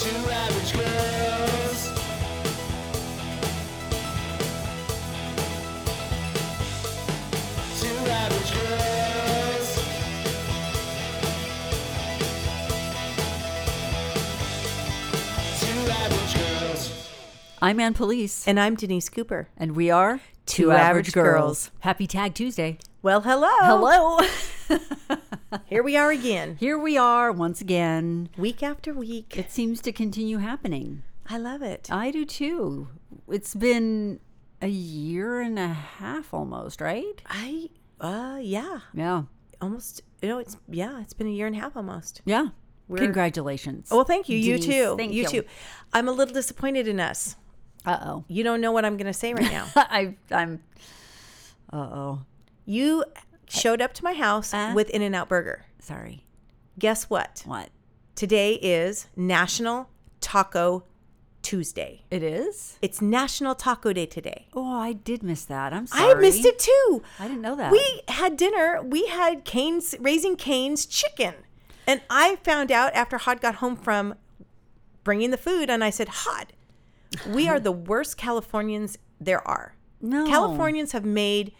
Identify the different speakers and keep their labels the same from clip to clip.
Speaker 1: Two average girls. Two average girls. Two average girls.
Speaker 2: I'm Ann Police,
Speaker 3: And I'm Denise Cooper.
Speaker 2: and we are
Speaker 3: Two Average Girls.
Speaker 2: Happy Tag Tuesday.
Speaker 3: Well, hello.
Speaker 2: Oh. Hello.
Speaker 3: Here we are again,
Speaker 2: Here we are once again.
Speaker 3: week after week.
Speaker 2: It seems to continue happening.
Speaker 3: I love it.
Speaker 2: I do too. It's been a year and a half almost, right?
Speaker 3: I, uh, yeah,
Speaker 2: Yeah.
Speaker 3: almost, you know, it's, yeah, it's been a year and a half almost.
Speaker 2: Yeah.
Speaker 3: We're- Oh.
Speaker 2: Congratulations.
Speaker 3: Well, thank you. You
Speaker 2: Denise,
Speaker 3: too.
Speaker 2: Thank
Speaker 3: you, too. I'm a little disappointed in us.
Speaker 2: Uh oh.
Speaker 3: You don't know what I'm going to say right now.
Speaker 2: I I'm uh oh.
Speaker 3: you showed up to my house
Speaker 2: Uh?
Speaker 3: with In N Out Burger.
Speaker 2: Sorry.
Speaker 3: Guess what?
Speaker 2: What?
Speaker 3: Today is National Taco Tuesday.
Speaker 2: It is?
Speaker 3: It's National Taco Day today.
Speaker 2: Oh, I did miss that. I'm
Speaker 3: I
Speaker 2: sorry.
Speaker 3: missed it too.
Speaker 2: I didn't know that.
Speaker 3: We had dinner. We had Cane's Raising Cane's chicken, and I found out after Hod got home from bringing the food, and I said, "Hod, we are the worst Californians there are.
Speaker 2: No.
Speaker 3: Californians have made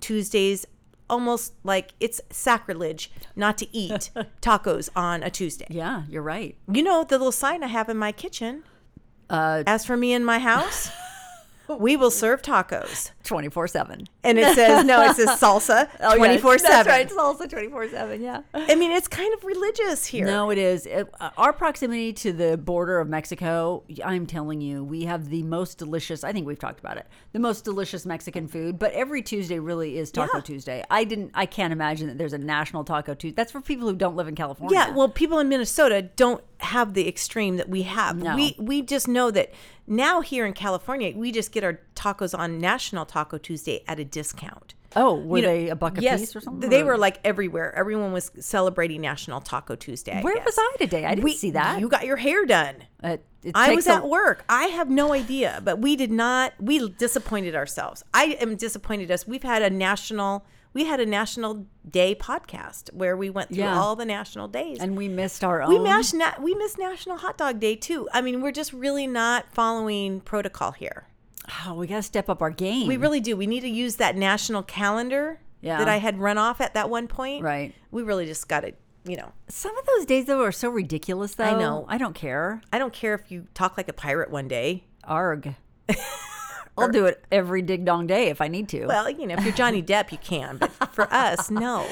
Speaker 3: Tuesdays." Almost like it's sacrilege not to eat tacos on a Tuesday.
Speaker 2: Yeah, you're right.
Speaker 3: You know, the little sign I have in my kitchen
Speaker 2: Uh
Speaker 3: as for me and my house, we will serve tacos.
Speaker 2: 24/7.
Speaker 3: And it says, no, it says salsa 24 7.
Speaker 2: salsa 24 7. Yeah.
Speaker 3: I mean, it's kind of religious here.
Speaker 2: No, it is. It- uh, our proximity to the border of Mexico, I'm telling you, we have the most delicious, I think we've talked about it, the most delicious Mexican food. But every Tuesday really is Taco
Speaker 3: Yeah.
Speaker 2: Tuesday. I didn't, I can't imagine that there's a national Taco Tuesday. That's for people who don't live in California.
Speaker 3: Yeah, well, people in Minnesota don't have the extreme that we have.
Speaker 2: No.
Speaker 3: We we just know that now here in California, we just get our tacos on National Taco Tuesday at a discount.
Speaker 2: oh, were
Speaker 3: You know,
Speaker 2: they a buck a
Speaker 3: yes,
Speaker 2: piece or something?
Speaker 3: They
Speaker 2: Or-
Speaker 3: were like everywhere. Everyone was celebrating National Taco Tuesday. I
Speaker 2: where
Speaker 3: guess.
Speaker 2: was I today? I didn't
Speaker 3: We-
Speaker 2: see that.
Speaker 3: You got your hair done.
Speaker 2: Uh, it
Speaker 3: I
Speaker 2: takes
Speaker 3: was
Speaker 2: a-
Speaker 3: at work. I have no idea, but we did not. We disappointed ourselves. I am disappointed us. We've had a national. We had a national day podcast where we went through
Speaker 2: Yeah.
Speaker 3: all the national days.
Speaker 2: And we missed our own.
Speaker 3: we mashed na- we missed National Hot Dog Day too. I mean, we're just really not following protocol here.
Speaker 2: Oh, we got to step up our game.
Speaker 3: We really do. We need to use that national calendar
Speaker 2: Mm-hmm. Yeah.
Speaker 3: that I had run off at that one point.
Speaker 2: Right.
Speaker 3: We really just got to, you know.
Speaker 2: Some of those days, though, are so ridiculous, though.
Speaker 3: I know.
Speaker 2: I don't care.
Speaker 3: I don't care if you talk like a pirate one day.
Speaker 2: Arg. I'll do it every dig dong day if I need to.
Speaker 3: Well, you know, if you're Johnny Depp, you can, but for us, no.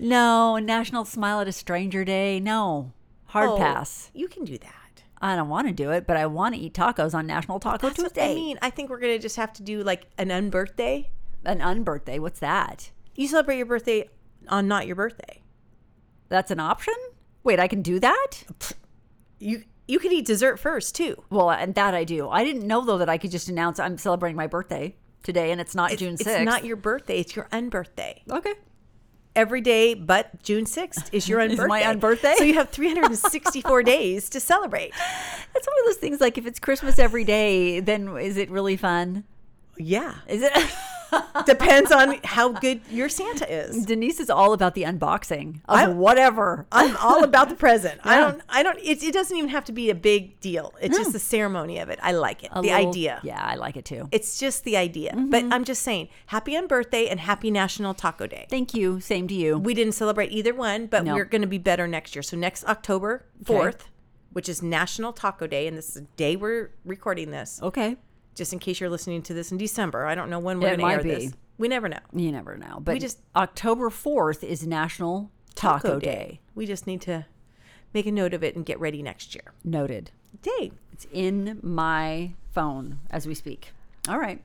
Speaker 2: no, National Smile at a Stranger Day. No. Hard
Speaker 3: Oh,
Speaker 2: pass.
Speaker 3: You can do that.
Speaker 2: I don't want to do it, but I want to eat tacos on National Taco
Speaker 3: That's what
Speaker 2: Tuesday.
Speaker 3: I mean. I think we're gonna just have to do like an unbirthday.
Speaker 2: An unbirthday. What's that?
Speaker 3: You celebrate your birthday on not your birthday.
Speaker 2: That's an option? Wait, I can do that?
Speaker 3: You you could eat dessert first too.
Speaker 2: Well, uh, and that I do. I didn't know, though, that I could just announce I'm celebrating my birthday today and it's not June 6th.
Speaker 3: It's not your birthday. It's your unbirthday.
Speaker 2: Okay.
Speaker 3: Every day but June sixth is your unbirthday.
Speaker 2: Is my unbirthday?
Speaker 3: So you have 364 days to celebrate.
Speaker 2: That's one of those things like if it's Christmas every day, then is it really fun?
Speaker 3: Yeah,
Speaker 2: Is it?
Speaker 3: depends on how good your Santa is.
Speaker 2: Denise is all about the unboxing of
Speaker 3: I-
Speaker 2: whatever.
Speaker 3: I'm all about the present. I
Speaker 2: Yeah.
Speaker 3: don't. I don't. It, it doesn't even have to be a big deal. It's just the ceremony of it. I like it.
Speaker 2: A
Speaker 3: the
Speaker 2: little-
Speaker 3: idea.
Speaker 2: Yeah, I like it too.
Speaker 3: It's just the idea. But
Speaker 2: Mm-hmm.
Speaker 3: I'm just saying, happy on birthday and happy National Taco Day.
Speaker 2: Thank you. Same to you.
Speaker 3: We didn't celebrate either one, but
Speaker 2: No.
Speaker 3: we're going to be better next year. So next October 4th, which is National Taco Day, and this is the day we're recording this,
Speaker 2: Okay.
Speaker 3: just in case you're listening to this in December. I don't know when we're
Speaker 2: It
Speaker 3: going to air
Speaker 2: might be.
Speaker 3: this. We never know.
Speaker 2: You never know. But
Speaker 3: just-
Speaker 2: October 4th is National Taco, Day.
Speaker 3: We just need to make a note of it and get ready next year.
Speaker 2: Noted.
Speaker 3: Day.
Speaker 2: It's in my phone as we speak. All right.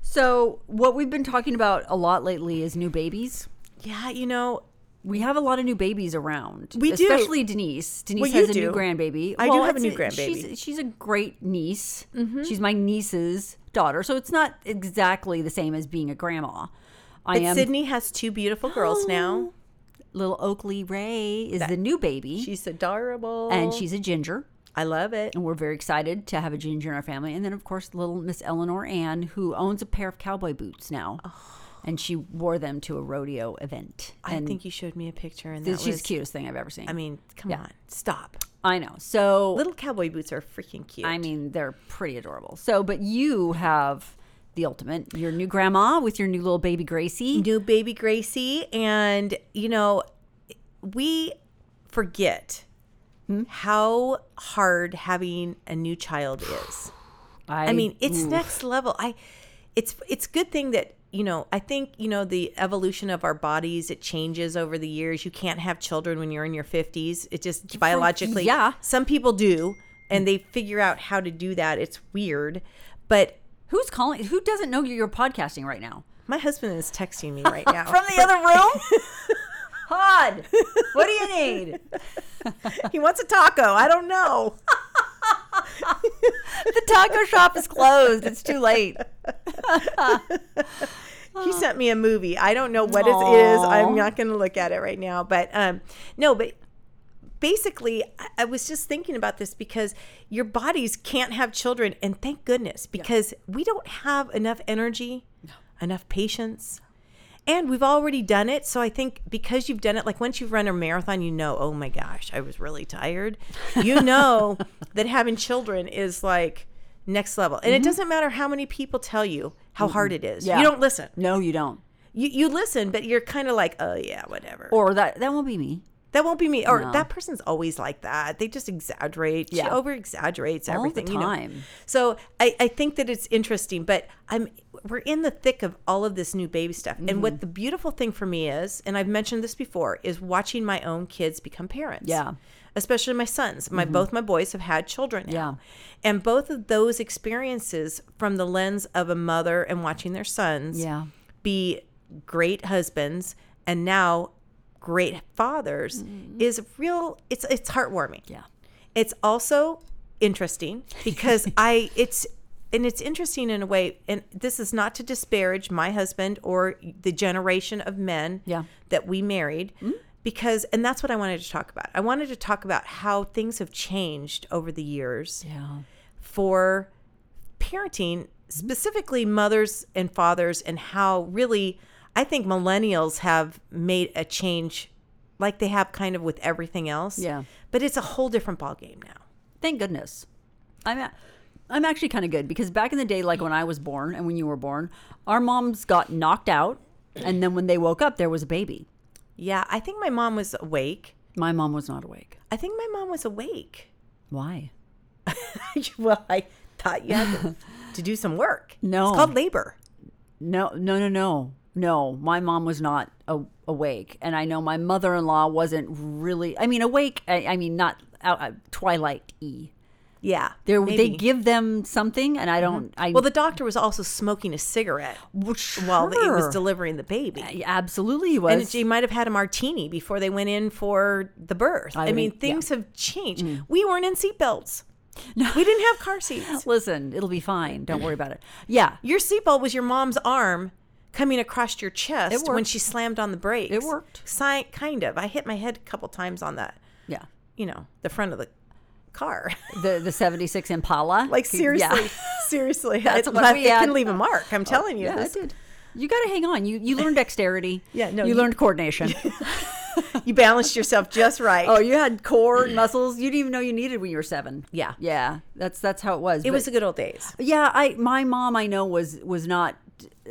Speaker 2: So, what we've been talking about a lot lately is new babies.
Speaker 3: Yeah, you know,
Speaker 2: We have a lot of new babies around.
Speaker 3: We do.
Speaker 2: especially Denise. Denise
Speaker 3: Well, you
Speaker 2: has a new
Speaker 3: do.
Speaker 2: grandbaby.
Speaker 3: I do have a
Speaker 2: it's
Speaker 3: new grandbaby. Mm-hmm.
Speaker 2: She's, she's a great niece. She's my niece's daughter, so it's not exactly the same as being a grandma. I
Speaker 3: but
Speaker 2: am
Speaker 3: Sydney has two beautiful girls now.
Speaker 2: Little Oakley Ray is the new baby,
Speaker 3: She's adorable.
Speaker 2: and she's a ginger.
Speaker 3: I love it.
Speaker 2: And we're very excited to have a ginger in our family. And then, of course, little Miss Eleanor Ann, who owns a pair of cowboy boots now. And she wore them to a rodeo event.
Speaker 3: I
Speaker 2: and
Speaker 3: think you showed me a picture, and that
Speaker 2: th- she's
Speaker 3: was,
Speaker 2: the cutest thing I've ever seen.
Speaker 3: I mean, come on, stop.
Speaker 2: I know. So,
Speaker 3: Little cowboy boots are freaking cute.
Speaker 2: I mean, they're pretty adorable. So, but you have the ultimate your new grandma with your new little baby Gracie.
Speaker 3: new baby Gracie, and you know, we forget
Speaker 2: Hmm?
Speaker 3: how hard having a new child is. I mean, it's
Speaker 2: ooh,
Speaker 3: next level. I it's it's a good thing that you know, I think, you know, the evolution of our bodies, it changes over the years. You can't have children when you're in your 50s. It just biologically.
Speaker 2: yeah. Hmm.
Speaker 3: Some people do, and they figure out how to do that. It's weird. But
Speaker 2: who's calling? Who doesn't know you're podcasting right now?
Speaker 3: my husband is texting me right now.
Speaker 2: From the other room? Hod, what do you need?
Speaker 3: he wants a taco. I don't know.
Speaker 2: The taco shop is closed. It's too late.
Speaker 3: he sent me a movie. I don't know what it is. I'm not going to look at it right now. But um, no, but basically, I, I was just thinking about this because your bodies can't have children, and thank goodness because we don't have enough energy, enough patience. And we've already done it. So I think because you've done it, like once you've run a marathon, you know, oh my gosh, I was really tired. You know that having children is like next level. And it doesn't matter how many people tell you how hard it is.
Speaker 2: Yeah.
Speaker 3: You don't listen
Speaker 2: No, you don't.
Speaker 3: you, you listen, but you're kind of like, oh yeah, whatever. Or
Speaker 2: Or that that won't be me.
Speaker 3: that won't be me. Or
Speaker 2: No.
Speaker 3: that person's always like that. They just exaggerate. She
Speaker 2: Yeah.
Speaker 3: over exaggerates
Speaker 2: the
Speaker 3: everything. you know.
Speaker 2: time.
Speaker 3: So I, I think that it's interesting, but I'm we're in the thick of all of this new baby stuff. And
Speaker 2: Mm-hmm.
Speaker 3: what the beautiful thing for me is, and I've mentioned this before, is watching my own kids become parents.
Speaker 2: Yeah. Mm-hmm.
Speaker 3: Especially my sons. My both my boys have had children now.
Speaker 2: Yeah.
Speaker 3: And both of those experiences from the lens of a mother and watching their sons
Speaker 2: Yeah.
Speaker 3: be great husbands and now great fathers is real it's it's heartwarming
Speaker 2: Mm-hmm. Yeah.
Speaker 3: it's also interesting because i it's and it's interesting in a way and this is not to disparage my husband or the generation of men
Speaker 2: Yeah. Mm-hmm.
Speaker 3: that we married because and that's what i wanted to talk about i wanted to talk about how things have changed over the years
Speaker 2: Yeah.
Speaker 3: for parenting, specifically mothers and fathers, and how really I think millennials have made a change like they have kind of with everything else.
Speaker 2: Yeah.
Speaker 3: But it's a whole different ballgame now.
Speaker 2: Thank goodness. I'm a- I'm actually kind of good because back in the day, like when I was born and when you were born, our moms got knocked out, and then when they woke up, there was a baby.
Speaker 3: Yeah. I think my mom was awake.
Speaker 2: My mom was not awake.
Speaker 3: I think my mom was awake.
Speaker 2: Why?
Speaker 3: well, I thought you had to, to do some work.
Speaker 2: No.
Speaker 3: It's called labor.
Speaker 2: No, no, no, no, no. My mom was not a- awake, and I know my mother-in-law wasn't really. I mean, awake. I, I mean, not out, uh, twilight e.
Speaker 3: Yeah.
Speaker 2: They they
Speaker 3: maybe.
Speaker 2: give them something, and I don't. I
Speaker 3: Well, the doctor was also smoking a cigarette
Speaker 2: well,
Speaker 3: while the, it was
Speaker 2: sure.
Speaker 3: delivering the baby.
Speaker 2: Yeah, Absolutely, he was.
Speaker 3: And she might have had a martini before they went in for the birth. I,
Speaker 2: would
Speaker 3: mean,
Speaker 2: think-
Speaker 3: things have changed.
Speaker 2: Mm.
Speaker 3: We weren't in seatbelts. We didn't have car seats.
Speaker 2: Listen, it'll be fine. Don't worry about it. Yeah,
Speaker 3: Your seatbelt was your mom's arm coming across your chest when
Speaker 2: worked.
Speaker 3: she slammed on the brakes.
Speaker 2: It worked.
Speaker 3: Si- kind of. I hit my head a couple times on that,
Speaker 2: yeah.
Speaker 3: you know, the front of the car.
Speaker 2: The the seventy six Impala.
Speaker 3: like,
Speaker 2: Yeah.
Speaker 3: seriously, seriously.
Speaker 2: That's
Speaker 3: it,
Speaker 2: what
Speaker 3: left-
Speaker 2: we
Speaker 3: it
Speaker 2: had. Oh,
Speaker 3: can leave a mark. I'm telling you.
Speaker 2: Yeah, I
Speaker 3: this-
Speaker 2: did. You got to hang on. You you learned dexterity.
Speaker 3: Yeah, no,
Speaker 2: You,
Speaker 3: you-
Speaker 2: learned coordination.
Speaker 3: You balanced yourself just right.
Speaker 2: oh, you had core and muscles you didn't even know you needed when you were seven.
Speaker 3: Yeah.
Speaker 2: yeah. That's that's how it was.
Speaker 3: it was the good old days.
Speaker 2: yeah. I my mom I know was was not.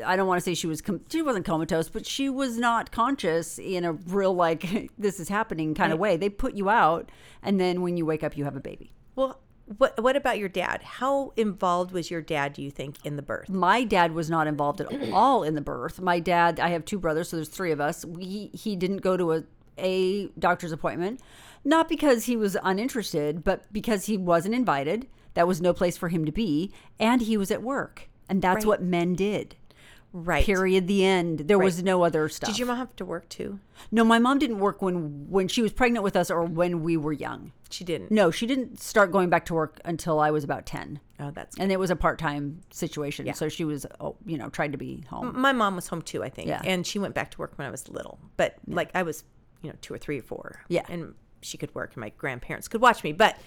Speaker 2: I don't want to say she was com- she wasn't comatose, but she was not conscious in a real like this is happening kind of way. They put you out, and then when you wake up, you have a baby.
Speaker 3: Well, what, what about your dad? How involved was your dad, do you think, in the birth?
Speaker 2: my dad was not involved at all in the birth. My dad, I have two brothers, so there's three of us. We he didn't go to a a doctor's appointment, not because he was uninterested, but because he wasn't invited. That was no place for him to be, and he was at work, and that's
Speaker 3: Right.
Speaker 2: what men did.
Speaker 3: Right.
Speaker 2: Period. The end. There was no other stuff.
Speaker 3: Did your mom have to work too?
Speaker 2: no, my mom didn't work when when she was pregnant with us or when we were young.
Speaker 3: She didn't.
Speaker 2: No, she didn't start going back to work until I was about ten,
Speaker 3: Oh, that's.
Speaker 2: and it was a part time situation. So she was, oh, you know, trying to be home.
Speaker 3: My mom was home too, I think,
Speaker 2: Yeah.
Speaker 3: and she went back to work when I was little. But like I was, you know, two or three or four.
Speaker 2: Yeah.
Speaker 3: And she could work and my grandparents could watch me. But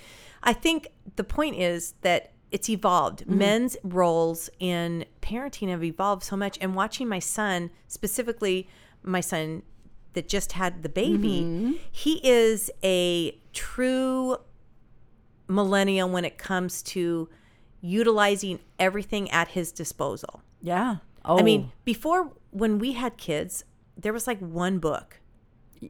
Speaker 3: I think the point is that it's evolved.
Speaker 2: Mm-hmm.
Speaker 3: Men's roles in parenting have evolved so much. And watching my son, specifically my son that just had the baby,
Speaker 2: Mm-hmm.
Speaker 3: he is a true millennial when it comes to utilizing everything at his disposal.
Speaker 2: Yeah. Oh,
Speaker 3: I mean, before when we had kids, there was like one book,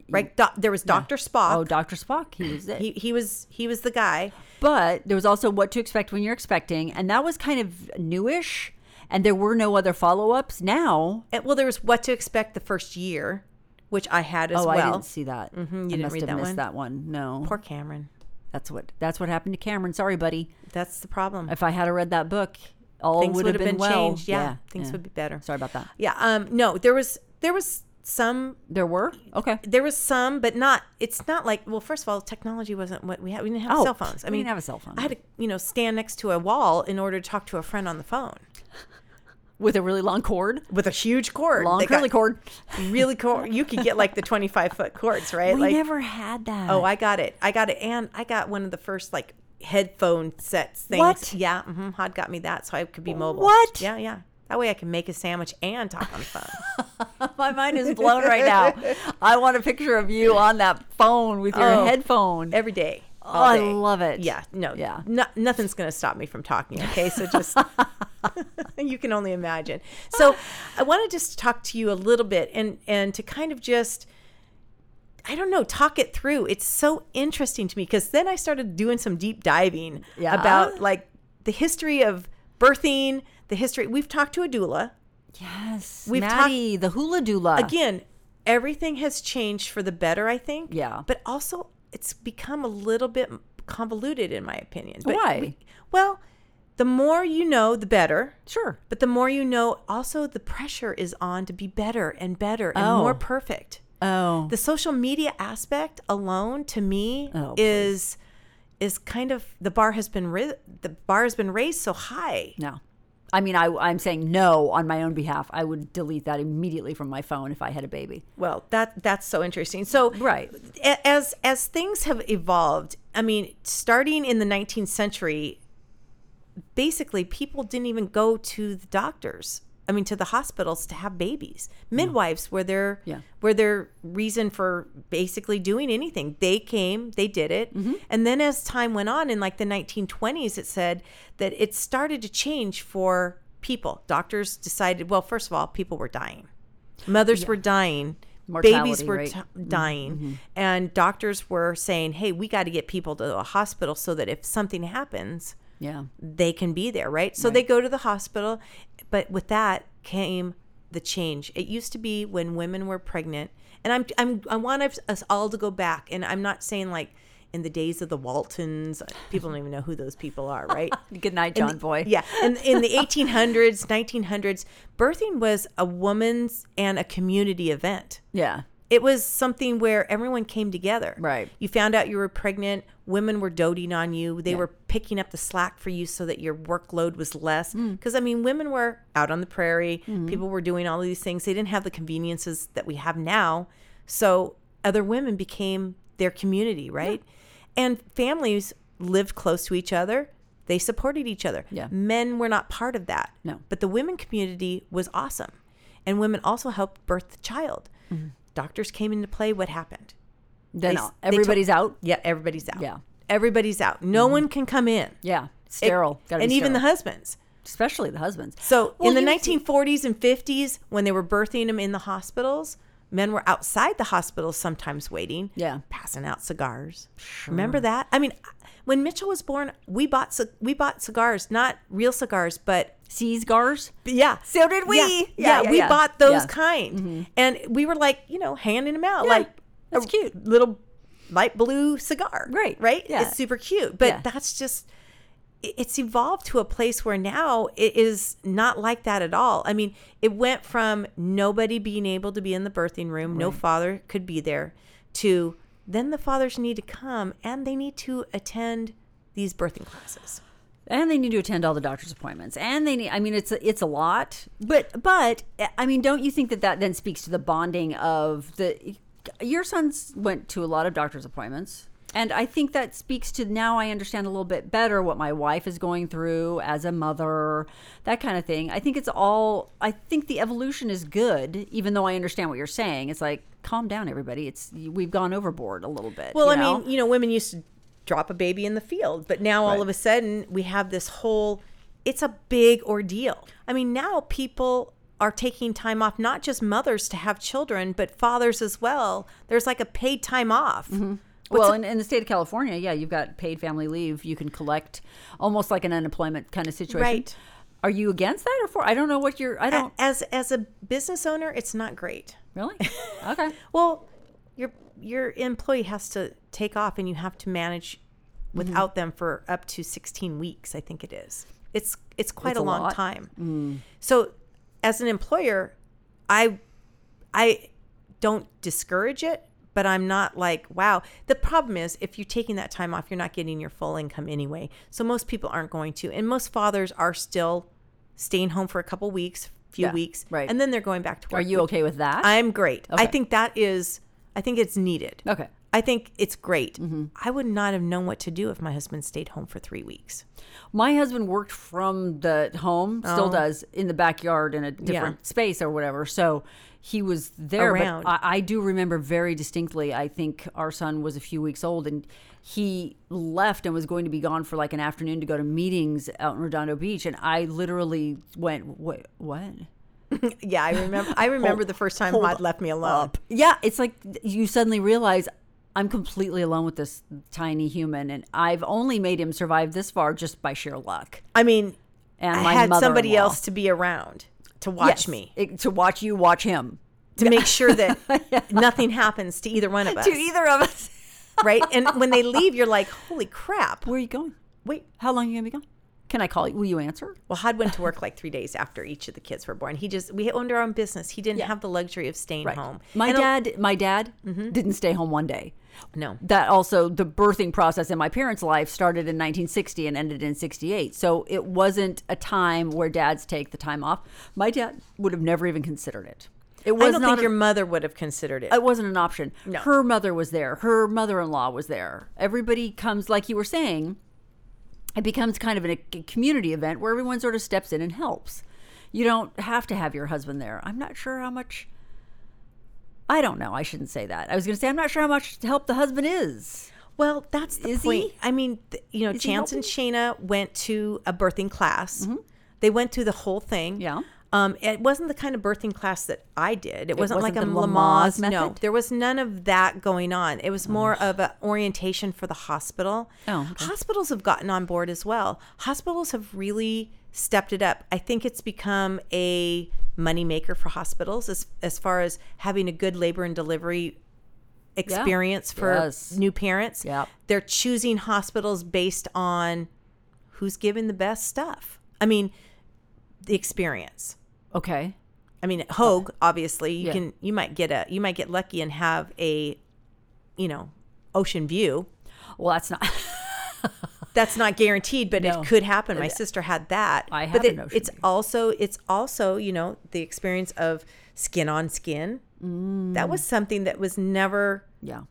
Speaker 3: right? Do- there was Doctor Spock.
Speaker 2: oh, Doctor Spock, he was it.
Speaker 3: he he was he was the guy.
Speaker 2: but there was also what to expect when you're expecting, and that was kind of newish. And there were no other follow-ups. Now,
Speaker 3: And, well, there was What to Expect the first year, which I had as
Speaker 2: oh,
Speaker 3: well.
Speaker 2: I didn't see that. Mm-hmm, I
Speaker 3: didn't
Speaker 2: must
Speaker 3: read
Speaker 2: have
Speaker 3: that
Speaker 2: missed
Speaker 3: one?
Speaker 2: that one. No,
Speaker 3: Poor Cameron.
Speaker 2: that's what that's what happened to Cameron. Sorry, buddy.
Speaker 3: That's the problem.
Speaker 2: If I had read that book, all
Speaker 3: Things
Speaker 2: would have been, well.
Speaker 3: changed. Yeah, things would be better.
Speaker 2: Sorry about that.
Speaker 3: Yeah. Um. No, there was there was some
Speaker 2: There were okay.
Speaker 3: there was some, but not. It's not like well. First of all, technology wasn't what we had. We didn't have
Speaker 2: Oh,
Speaker 3: cell phones. I
Speaker 2: we
Speaker 3: mean,
Speaker 2: didn't have a cell phone.
Speaker 3: I had to you know stand next to a wall in order to talk to a friend on the phone
Speaker 2: With a really long cord,
Speaker 3: with a huge cord,
Speaker 2: long
Speaker 3: that got
Speaker 2: curly cord.
Speaker 3: really cord. You could get like the twenty five foot cords, right?
Speaker 2: We
Speaker 3: like
Speaker 2: never had that.
Speaker 3: oh, I got it, I got it, and I got one of the first like headphone sets things.
Speaker 2: What?
Speaker 3: Yeah, hmm Hod got me that, so I could be mobile.
Speaker 2: What?
Speaker 3: Yeah, yeah. That way I can make a sandwich and talk on the phone.
Speaker 2: My mind is blown right now. I want a picture of you on that phone with your
Speaker 3: Oh.
Speaker 2: headphone.
Speaker 3: every day.
Speaker 2: Oh,
Speaker 3: all
Speaker 2: I
Speaker 3: day.
Speaker 2: love it.
Speaker 3: Yeah, no,
Speaker 2: Yeah.
Speaker 3: yeah, nothing's gonna stop me from talking. Okay, so just you can only imagine. So I want to just talk to you a little bit and and to kind of just I don't know talk it through. It's so interesting to me because then I started doing some deep diving
Speaker 2: Yeah.
Speaker 3: about like the history of birthing, the history. We've talked to a doula
Speaker 2: Yes.
Speaker 3: We've
Speaker 2: Maddie, the hula doula.
Speaker 3: again, everything has changed for the better, I think.
Speaker 2: Yeah.
Speaker 3: But also, it's become a little bit convoluted, in my opinion. But
Speaker 2: Why?
Speaker 3: we- well, the more you know, the better.
Speaker 2: Sure.
Speaker 3: But the more you know, also the pressure is on to be better and better and
Speaker 2: Oh.
Speaker 3: more perfect.
Speaker 2: Oh.
Speaker 3: The social media aspect alone, to me,
Speaker 2: Oh,
Speaker 3: is is kind of the bar has been ri- the bar has been raised so high.
Speaker 2: no. I mean, I, I'm saying no on my own behalf. I would delete that immediately from my phone if I had a baby.
Speaker 3: Well, that that's so interesting. So
Speaker 2: Right.
Speaker 3: a- as as things have evolved, I mean, starting in the 19th century, basically people didn't even go to the doctors. I mean, to the hospitals to have babies. Midwives were their
Speaker 2: Yeah.
Speaker 3: were their reason for basically doing anything. They came, they did it,
Speaker 2: Mm-hmm.
Speaker 3: and then as time went on, in like the 1920s, it said that it started to change for people. Doctors decided, well, first of all, people were dying mothers were dying babies
Speaker 2: Mortality
Speaker 3: were
Speaker 2: rate. Mm-hmm.
Speaker 3: t- dying and doctors were saying hey we got to get people to a hospital so that if something happens
Speaker 2: Yeah.
Speaker 3: they can be there right so they go to the hospital but with that came the change it used to be when women were pregnant and i'm, I'm i want us us all to go back and i'm not saying like in the days of the waltons people don't even know who those people are right
Speaker 2: Good night,
Speaker 3: in
Speaker 2: John
Speaker 3: the-
Speaker 2: Boy.
Speaker 3: Yeah, in, in the 1800s, 1900s, birthing was a woman's and a community event.
Speaker 2: Yeah.
Speaker 3: It was something where everyone came together.
Speaker 2: Right.
Speaker 3: You found out you were pregnant. Women were doting on you. They were picking up the slack for you so that your workload was less.
Speaker 2: Mm.
Speaker 3: Because, I mean, women were out on the prairie.
Speaker 2: Mm-hmm.
Speaker 3: People were doing all of these things. They didn't have the conveniences that we have now. So, other women became their community, right? And families lived close to each other. They supported each other.
Speaker 2: Yeah.
Speaker 3: Men were not part of that.
Speaker 2: No.
Speaker 3: But the women community was awesome. And women also helped birth the child.
Speaker 2: Mm-hmm.
Speaker 3: Doctors came into play. What happened?
Speaker 2: Then
Speaker 3: They s- they
Speaker 2: everybody's
Speaker 3: told-
Speaker 2: out.
Speaker 3: Yeah, everybody's out.
Speaker 2: Yeah.
Speaker 3: Everybody's out. No one can come in.
Speaker 2: Yeah. Sterile.
Speaker 3: and even the husbands.
Speaker 2: especially the husbands.
Speaker 3: So
Speaker 2: Well,
Speaker 3: in the
Speaker 2: you-
Speaker 3: 1940s and 50s, when they were birthing them in the hospitals, men were outside the hospitals sometimes waiting.
Speaker 2: Yeah.
Speaker 3: Passing out cigars. Remember that? I mean, when Mitchell was born, we bought ci- we bought cigars, not real cigars, but
Speaker 2: Seas gars.
Speaker 3: but yeah.
Speaker 2: So did we.
Speaker 3: Yeah,
Speaker 2: Yeah,
Speaker 3: yeah,
Speaker 2: yeah,
Speaker 3: we
Speaker 2: yeah.
Speaker 3: bought those
Speaker 2: Yeah. Mm-hmm.
Speaker 3: kind. And we were like, you know, handing them out. like
Speaker 2: that's
Speaker 3: a
Speaker 2: cute.
Speaker 3: Little light blue cigar.
Speaker 2: Right,
Speaker 3: Right?
Speaker 2: yeah.
Speaker 3: It's super cute. But
Speaker 2: Yeah.
Speaker 3: that's just it- it's evolved to a place where now it is not like that at all. I mean, it went from nobody being able to be in the birthing room, no father could be there, to then the fathers need to come and they need to attend these birthing classes.
Speaker 2: and they need to attend all the doctor's appointments and they need i mean it's a, it's a lot but but i mean don't you think that that then speaks to the bonding of the your sons went to a lot of doctor's appointments And I think that speaks to now I understand a little bit better what my wife is going through as a mother, that kind of thing. I think it's all, I think the evolution is good, even though I understand what you're saying. It's like, calm down, everybody. It's, we've gone overboard a little bit.
Speaker 3: Well,
Speaker 2: you
Speaker 3: I
Speaker 2: know?
Speaker 3: mean, you know, women used to drop a baby in the field, but now all of a sudden we have this whole it's a big ordeal. I mean, now people are taking time off, not just mothers to have children, but fathers as well. There's like a paid time off.
Speaker 2: Mm-hmm. well, in, in the state of California, yeah, you've got paid family leave. You can collect almost like an unemployment kind of situation.
Speaker 3: Right.
Speaker 2: Are you against that or for? I don't know what you're, I
Speaker 3: A-
Speaker 2: don't
Speaker 3: As as a business owner, it's not great.
Speaker 2: really. Okay.
Speaker 3: Well, your your employee has to take off and you have to manage without them for up to 16 weeks, I think it is. It's it's quite
Speaker 2: It's
Speaker 3: a,
Speaker 2: a
Speaker 3: long
Speaker 2: lot. Mm.
Speaker 3: time. So as an employer, I I don't discourage it, but I'm not like, wow. The problem is if you're taking that time off, you're not getting your full income anyway. So most people aren't going to. And most fathers are still staying home for a couple weeks, few
Speaker 2: Yeah,
Speaker 3: weeks,
Speaker 2: right.
Speaker 3: and then they're going back to work.
Speaker 2: Are you okay with that?
Speaker 3: I'm great. I
Speaker 2: Okay.
Speaker 3: think that is, I think it's needed.
Speaker 2: okay.
Speaker 3: I think it's great. I would not have known what to do if my husband stayed home for three weeks.
Speaker 2: My husband worked from the home, still
Speaker 3: Oh.
Speaker 2: does in the backyard in a different space or whatever. So he was there.
Speaker 3: Around.
Speaker 2: But I, I do remember very distinctly. I think our son was a few weeks old, and he left and was going to be gone for like an afternoon to go to meetings out in Redondo Beach. And I literally went, "What? What?"
Speaker 3: Yeah, I remember. I remember the first time Hod left me alone.
Speaker 2: Yeah, it's like you suddenly realize I'm completely alone with this tiny human, and I've only made him survive this far just by sheer luck.
Speaker 3: I mean,
Speaker 2: And
Speaker 3: I
Speaker 2: my
Speaker 3: had somebody
Speaker 2: mother-in-law.
Speaker 3: else to be around to watch
Speaker 2: Yes.
Speaker 3: me
Speaker 2: It- to watch you watch him.
Speaker 3: to make sure that nothing happens to e- either one of us,
Speaker 2: To either of us.
Speaker 3: right? And when they leave, you're like, "Holy crap!"
Speaker 2: Where are you going?
Speaker 3: Wait.
Speaker 2: How long are you gonna be gone? Can I call you? Will you answer?
Speaker 3: Well, Hod went to work like three days after each of the kids were born. He just we owned our own business. He didn't
Speaker 2: Yeah.
Speaker 3: have the luxury of staying home.
Speaker 2: My
Speaker 3: And Mm-hmm. a-
Speaker 2: dad. My dad didn't stay home one day.
Speaker 3: no,
Speaker 2: That also the birthing process in my parents' life started in 1960 and ended in 68. So it wasn't a time where dads take the time off. My dad would have never even considered it. It was
Speaker 3: I don't
Speaker 2: not
Speaker 3: think
Speaker 2: a-
Speaker 3: your mother would have considered it.
Speaker 2: it wasn't an option.
Speaker 3: No.
Speaker 2: Her mother was there. Her mother-in-law was there. Everybody comes, like you were saying, it becomes kind of a c- community event where everyone sort of steps in and helps. You don't have to have your husband there. I'm not sure how much. I don't know. I shouldn't say that. I was going to say I'm not sure how much help the husband is.
Speaker 3: Well, that's the
Speaker 2: Is he?
Speaker 3: point. I mean, th- you know,
Speaker 2: Is he
Speaker 3: Chance and Shayna went to a birthing class. They went through the whole thing.
Speaker 2: Mm-hmm. Yeah.
Speaker 3: Um, it wasn't the kind of birthing class that I did. It wasn't,
Speaker 2: wasn't
Speaker 3: like a
Speaker 2: the
Speaker 3: Lamaze.
Speaker 2: Lamaze method?
Speaker 3: No, there was none of that going on. It was more of an orientation for the hospital.
Speaker 2: Oh, okay.
Speaker 3: Hospitals have gotten on board as well. Hospitals have really stepped it up. I think it's become a moneymaker for hospitals as, as far as having a good labor and delivery experience for
Speaker 2: Yes.
Speaker 3: new parents.
Speaker 2: Yep.
Speaker 3: They're choosing hospitals based on who's giving the best stuff. I mean, the experience.
Speaker 2: Okay.
Speaker 3: I mean, at Hoag, obviously, you
Speaker 2: Yeah.
Speaker 3: can you might get a you might get lucky and have a you know, ocean view.
Speaker 2: Well, that's not.
Speaker 3: That's not guaranteed, but
Speaker 2: No.
Speaker 3: it could happen. My sister had that.
Speaker 2: I
Speaker 3: but
Speaker 2: have an ocean
Speaker 3: it's
Speaker 2: view.
Speaker 3: also it's also, you know, the experience of skin on skin.
Speaker 2: Mm.
Speaker 3: That was something that was never
Speaker 2: yeah.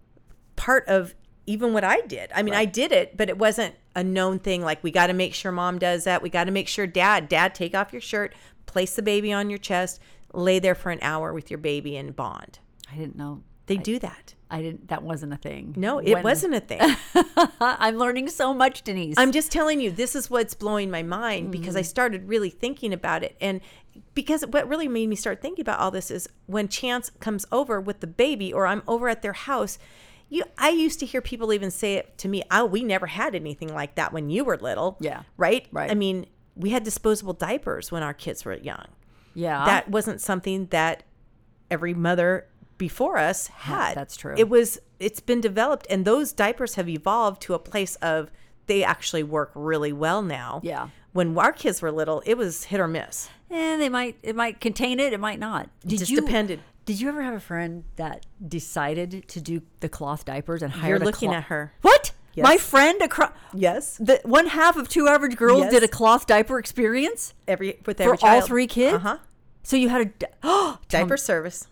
Speaker 3: part of even what I did. I mean, I did it, but it wasn't a known thing. Like we got to make sure mom does that. We got to make sure dad, dad, take off your shirt, place the baby on your chest, lay there for an hour with your baby and bond.
Speaker 2: I didn't know.
Speaker 3: They do that.
Speaker 2: I didn't. That wasn't a thing.
Speaker 3: No, it
Speaker 2: When-
Speaker 3: wasn't a thing.
Speaker 2: I'm learning so much, Denise.
Speaker 3: I'm just telling you, this is what's blowing my mind because I
Speaker 2: Mm.
Speaker 3: started really thinking about it. And because what really made me start thinking about all this is when Chance comes over with the baby or I'm over at their house, you I used to hear people even say it to me, oh, we never had anything like that when you were little.
Speaker 2: Yeah.
Speaker 3: Right?
Speaker 2: Right.
Speaker 3: I mean, we had disposable diapers when our kids were young.
Speaker 2: yeah.
Speaker 3: That wasn't something that every mother before us had.
Speaker 2: that's true.
Speaker 3: It was it's been developed and those diapers have evolved to a place of they actually work really well now.
Speaker 2: Yeah.
Speaker 3: When our kids were little, it was hit or miss.
Speaker 2: Eh, they might it might contain it, it might not. Did
Speaker 3: just depended.
Speaker 2: Did you ever have a friend that decided to do the cloth diapers and hired
Speaker 3: You're
Speaker 2: a
Speaker 3: looking
Speaker 2: cloth-
Speaker 3: at her.
Speaker 2: What? My
Speaker 3: Yes.
Speaker 2: friend across
Speaker 3: Yes.
Speaker 2: the one half of two average girls
Speaker 3: Yes.
Speaker 2: did a cloth diaper experience?
Speaker 3: Every with
Speaker 2: For
Speaker 3: every
Speaker 2: all
Speaker 3: child.
Speaker 2: three kids?
Speaker 3: Uh-huh.
Speaker 2: So you had a di- oh,
Speaker 3: Diaper service.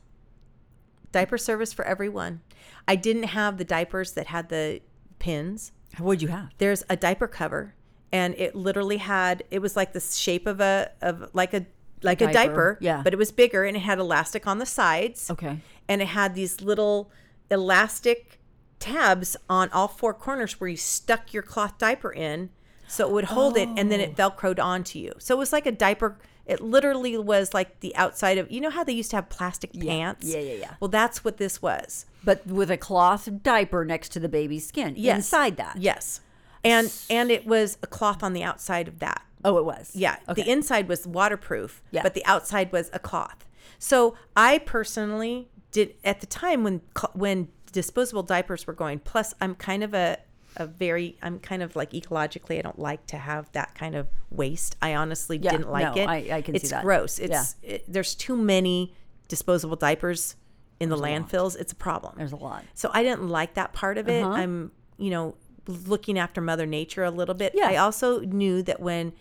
Speaker 3: Diaper service for everyone. I didn't have the diapers that had the pins.
Speaker 2: What'd you have?
Speaker 3: There's a diaper cover, and it literally had it was like the shape of a of like a like a
Speaker 2: Diaper,
Speaker 3: diaper,
Speaker 2: yeah.
Speaker 3: but it was bigger and it had elastic on the sides.
Speaker 2: Okay.
Speaker 3: and it had these little elastic tabs on all four corners where you stuck your cloth diaper in so it would hold it and then it
Speaker 2: Oh.
Speaker 3: velcroed onto you so it was like a diaper it literally was like the outside of you know how they used to have plastic pants
Speaker 2: Yeah, yeah, yeah.
Speaker 3: well that's what this was
Speaker 2: But with a cloth diaper next to the baby's skin
Speaker 3: Yes.
Speaker 2: inside that.
Speaker 3: yes and and it was a cloth on the outside of that
Speaker 2: Oh, it was.
Speaker 3: Yeah.
Speaker 2: Okay.
Speaker 3: The inside was waterproof,
Speaker 2: Yeah.
Speaker 3: but the outside was a cloth. So I personally did at the time when cl- when disposable diapers were going. Plus, I'm kind of a a very I'm kind of like ecologically I don't like to have that kind of waste. I honestly
Speaker 2: Yeah,
Speaker 3: didn't like
Speaker 2: no,
Speaker 3: it.
Speaker 2: I- I can see
Speaker 3: it's
Speaker 2: that.
Speaker 3: gross. It's it, there's too many disposable diapers in the landfills. It's a problem.
Speaker 2: There's a lot.
Speaker 3: So I didn't like that part of
Speaker 2: Uh-huh.
Speaker 3: it. I'm, you know, looking after Mother Nature a little bit.
Speaker 2: Yeah.
Speaker 3: I also knew that when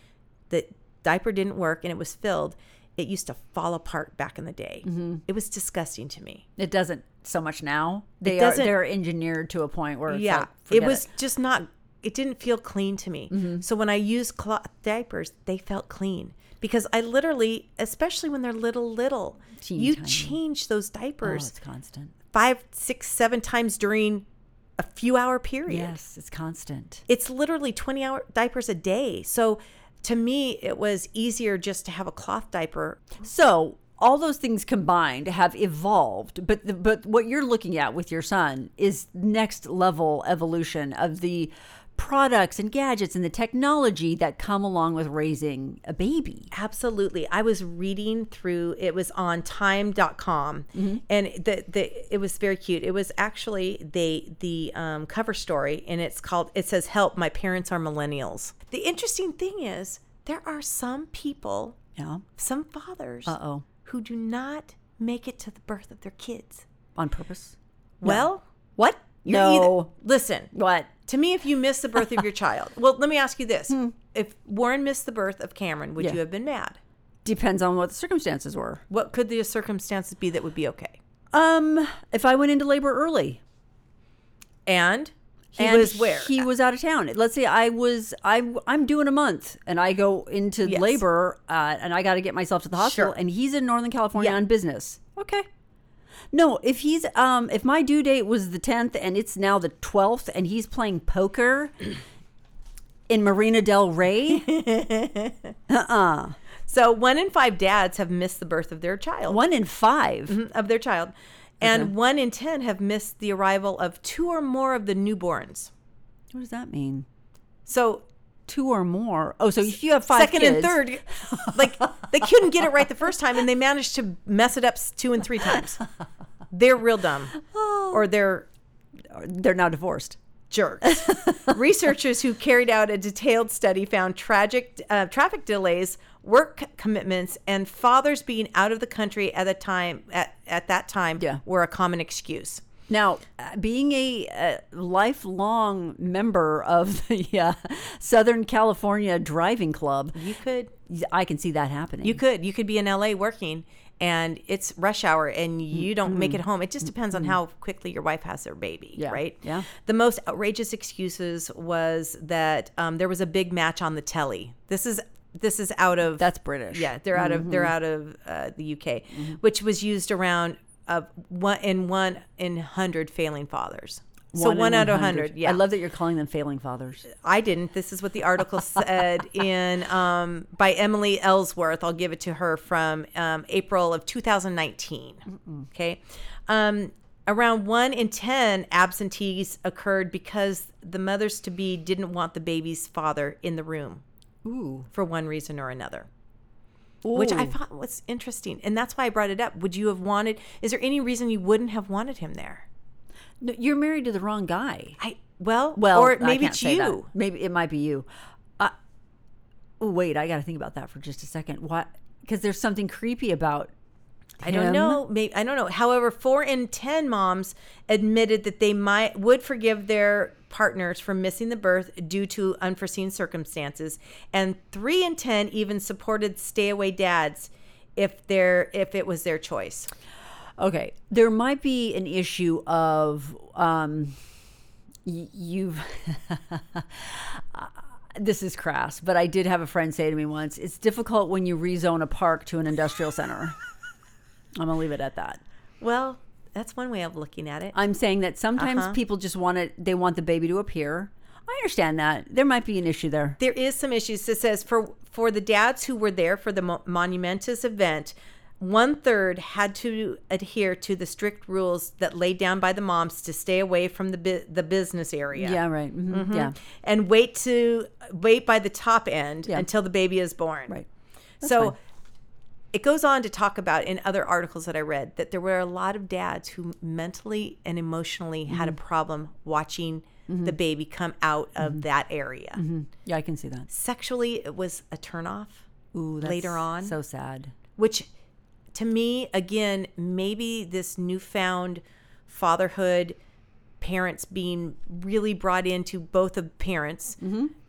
Speaker 3: the diaper didn't work and it was filled, it used to fall apart back in the day.
Speaker 2: Mm-hmm.
Speaker 3: It was disgusting to me.
Speaker 2: It doesn't so much now. They are
Speaker 3: doesn't-
Speaker 2: they're engineered to a point where it's
Speaker 3: yeah.
Speaker 2: like,
Speaker 3: it
Speaker 2: forget Mm-hmm.
Speaker 3: was just not, it didn't feel clean to me. So when I used cloth diapers, they felt clean because I literally, especially when they're little, little,
Speaker 2: Teeny
Speaker 3: you
Speaker 2: tiny.
Speaker 3: change those
Speaker 2: Oh,
Speaker 3: diapers
Speaker 2: it's constant.
Speaker 3: five, six, seven times during a few hour period.
Speaker 2: Yes, it's constant.
Speaker 3: it's literally 20 hour diapers a day so to me it was easier just to have a cloth diaper
Speaker 2: So all those things combined have evolved, but the, but what you're looking at with your son is next level evolution of the products and gadgets and the technology that come along with raising a baby.
Speaker 3: absolutely i was reading through it was on time.com
Speaker 2: Mm-hmm.
Speaker 3: and the, the it was very cute it was actually they the um, cover story and it's called it says help my parents are millennials the interesting thing is there are some people
Speaker 2: Yeah.
Speaker 3: some fathers
Speaker 2: Uh-oh.
Speaker 3: who do not make it to the birth of their kids
Speaker 2: On purpose?
Speaker 3: well what You're
Speaker 2: No.
Speaker 3: either- listen
Speaker 2: What?
Speaker 3: To me, if you missed the birth of your child, well, let me ask you this: If Warren missed the birth of Cameron, would
Speaker 2: Hmm. Yeah.
Speaker 3: you have been mad?
Speaker 2: Depends on what the circumstances were.
Speaker 3: What could the circumstances be that would be okay?
Speaker 2: Um, if I went into labor early,
Speaker 3: And he
Speaker 2: and
Speaker 3: was where?
Speaker 2: he was out of town. Let's say I was I I'm doing a month and I go into
Speaker 3: Yes.
Speaker 2: labor uh, and I got to get myself to the hospital
Speaker 3: Sure.
Speaker 2: and he's in Northern California
Speaker 3: Yeah.
Speaker 2: on business. Okay. No, if he's um if my due date was the 10th and it's now the 12th and he's playing poker in Marina del Rey,
Speaker 3: so one in five dads have missed the birth of their child,
Speaker 2: one in 5.
Speaker 3: of their child, and one in ten have missed the arrival of two or more of the newborns.
Speaker 2: What does that mean?
Speaker 3: So
Speaker 2: Two or more. Oh, so if you have five
Speaker 3: second and
Speaker 2: kids-
Speaker 3: third, like they couldn't get it right the first time, and they managed to mess it up s- two and three times. They're real dumb,
Speaker 2: Oh.
Speaker 3: or they're
Speaker 2: they're now divorced.
Speaker 3: jerks. Researchers who carried out a detailed study found tragic uh, traffic delays, work commitments, and fathers being out of the country at the time at, at that time
Speaker 2: Yeah.
Speaker 3: were a common excuse.
Speaker 2: Now, uh, being a, uh lifelong member of the uh, Southern California Driving Club,
Speaker 3: You could
Speaker 2: I can see that happening.
Speaker 3: you could you could be in LA working and it's rush hour and
Speaker 2: Mm-hmm.
Speaker 3: you don't make it home. It just depends on how quickly your wife has their baby,
Speaker 2: Yeah,
Speaker 3: right?
Speaker 2: yeah.
Speaker 3: The most outrageous excuses was that um, there was a big match on the telly. This is this is out of
Speaker 2: That's British.
Speaker 3: Yeah, they're out of they're out of uh, the UK, which was used around uh, one in one in hundred failing fathers. so
Speaker 2: in
Speaker 3: one, out of
Speaker 2: 100.
Speaker 3: hundred. Yeah,
Speaker 2: I love that you're calling them failing fathers.
Speaker 3: I didn't. This is what the article said in um, by Emily Ellsworth. I'll give it to her from um, April of 2019. Okay, um, around one in ten absentees occurred because the mothers to be didn't want the baby's father in the room
Speaker 2: Ooh.
Speaker 3: for one reason or another which I
Speaker 2: Ooh.
Speaker 3: thought was interesting. And that's why I brought it up. Would you have wanted, is there any reason you wouldn't have wanted him there?
Speaker 2: No, you're married to the wrong guy.
Speaker 3: I, well,
Speaker 2: Well,
Speaker 3: or
Speaker 2: I
Speaker 3: maybe
Speaker 2: can't
Speaker 3: it's
Speaker 2: say that.
Speaker 3: you.
Speaker 2: Maybe it might be you. I- oh, wait, I got to think about that for just a second. What? Because there's something creepy about.
Speaker 3: I don't
Speaker 2: him.
Speaker 3: know. Maybe, I don't know. However, four in 10 moms admitted that they might, would forgive their partners for missing the birth due to unforeseen circumstances. And three in 10 even supported stay away dads if their, if it was their choice.
Speaker 2: Okay, there might be an issue of um, y- you've this is crass, but I did have a friend say to me once, "It's difficult when you rezone a park to an industrial center." I'm gonna leave it at that.
Speaker 3: Well, that's one way of looking at it.
Speaker 2: I'm saying that sometimes
Speaker 3: Uh-huh.
Speaker 2: people just want it; they want the baby to appear. I understand that there might be an issue there.
Speaker 3: there is some issues. It says for for the dads who were there for the mo- monumentous event, one third had to adhere to the strict rules that laid down by the moms to stay away from the bu- the business area.
Speaker 2: Yeah, right. hmm
Speaker 3: Mm-hmm.
Speaker 2: Yeah,
Speaker 3: and wait to wait by the top end
Speaker 2: Yeah.
Speaker 3: until the baby is born.
Speaker 2: right.
Speaker 3: so
Speaker 2: fine.
Speaker 3: it goes on to talk about in other articles that I read that there were a lot of dads who mentally and emotionally had
Speaker 2: Mm-hmm.
Speaker 3: a problem watching the baby come out of that area.
Speaker 2: Yeah, I can see that.
Speaker 3: Sexually, it was a turnoff,
Speaker 2: Ooh, that's
Speaker 3: Later on.
Speaker 2: so sad.
Speaker 3: which to me, again, maybe this newfound fatherhood, parents being really brought into both of parents.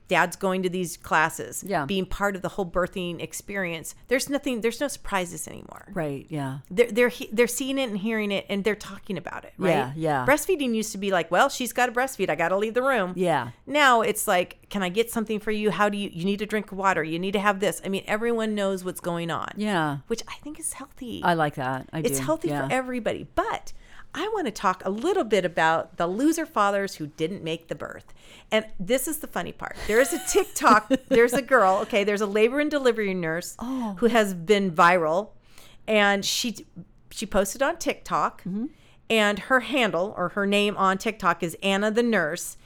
Speaker 3: Dad's going to these classes,
Speaker 2: Mm-hmm. Yeah.
Speaker 3: being part of the whole birthing experience. There's nothing, there's no surprises anymore.
Speaker 2: Right? Yeah.
Speaker 3: they're they're he- they're seeing it and hearing it and they're talking about it, right?
Speaker 2: Yeah, yeah.
Speaker 3: Breastfeeding used to be like, well, she's got to breastfeed. I got to leave the room.
Speaker 2: Yeah.
Speaker 3: Now it's like, can I get something for you? How do you? You need to drink water. You need to have this. I mean, everyone knows what's going on.
Speaker 2: Yeah.
Speaker 3: Which I think is healthy.
Speaker 2: I like that. I
Speaker 3: it's
Speaker 2: do.
Speaker 3: healthy
Speaker 2: yeah.
Speaker 3: for everybody. But I want to talk a little bit about the loser fathers who didn't make the birth. And this is the funny part. There is a TikTok, there's a girl, okay, there's a labor and delivery nurse
Speaker 2: Oh.
Speaker 3: who has been viral and she she posted on TikTok
Speaker 2: Mm-hmm.
Speaker 3: and her handle or her name on TikTok is Anna the nurse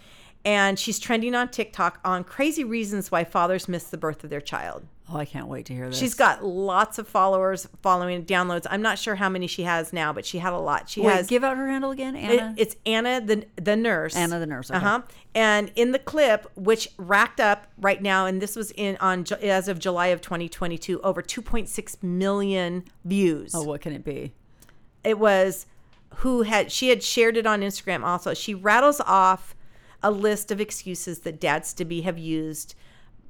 Speaker 3: and she's trending on TikTok on crazy reasons why fathers miss the birth of their child.
Speaker 2: Oh, I can't wait to hear this.
Speaker 3: She's got lots of followers, following downloads. I'm not sure how many she has now, but she had a lot. She
Speaker 2: Wait,
Speaker 3: has.
Speaker 2: give out her handle again, Anna.
Speaker 3: it- it's Anna the the nurse.
Speaker 2: Anna the nurse, okay.
Speaker 3: Uh huh. And in the clip, which racked up right now, and this was in on Ju- as of July of 2022, over 2.6 million views.
Speaker 2: oh, what can it be?
Speaker 3: It was who had she had shared it on Instagram. Also, she rattles off a list of excuses that dads to be have used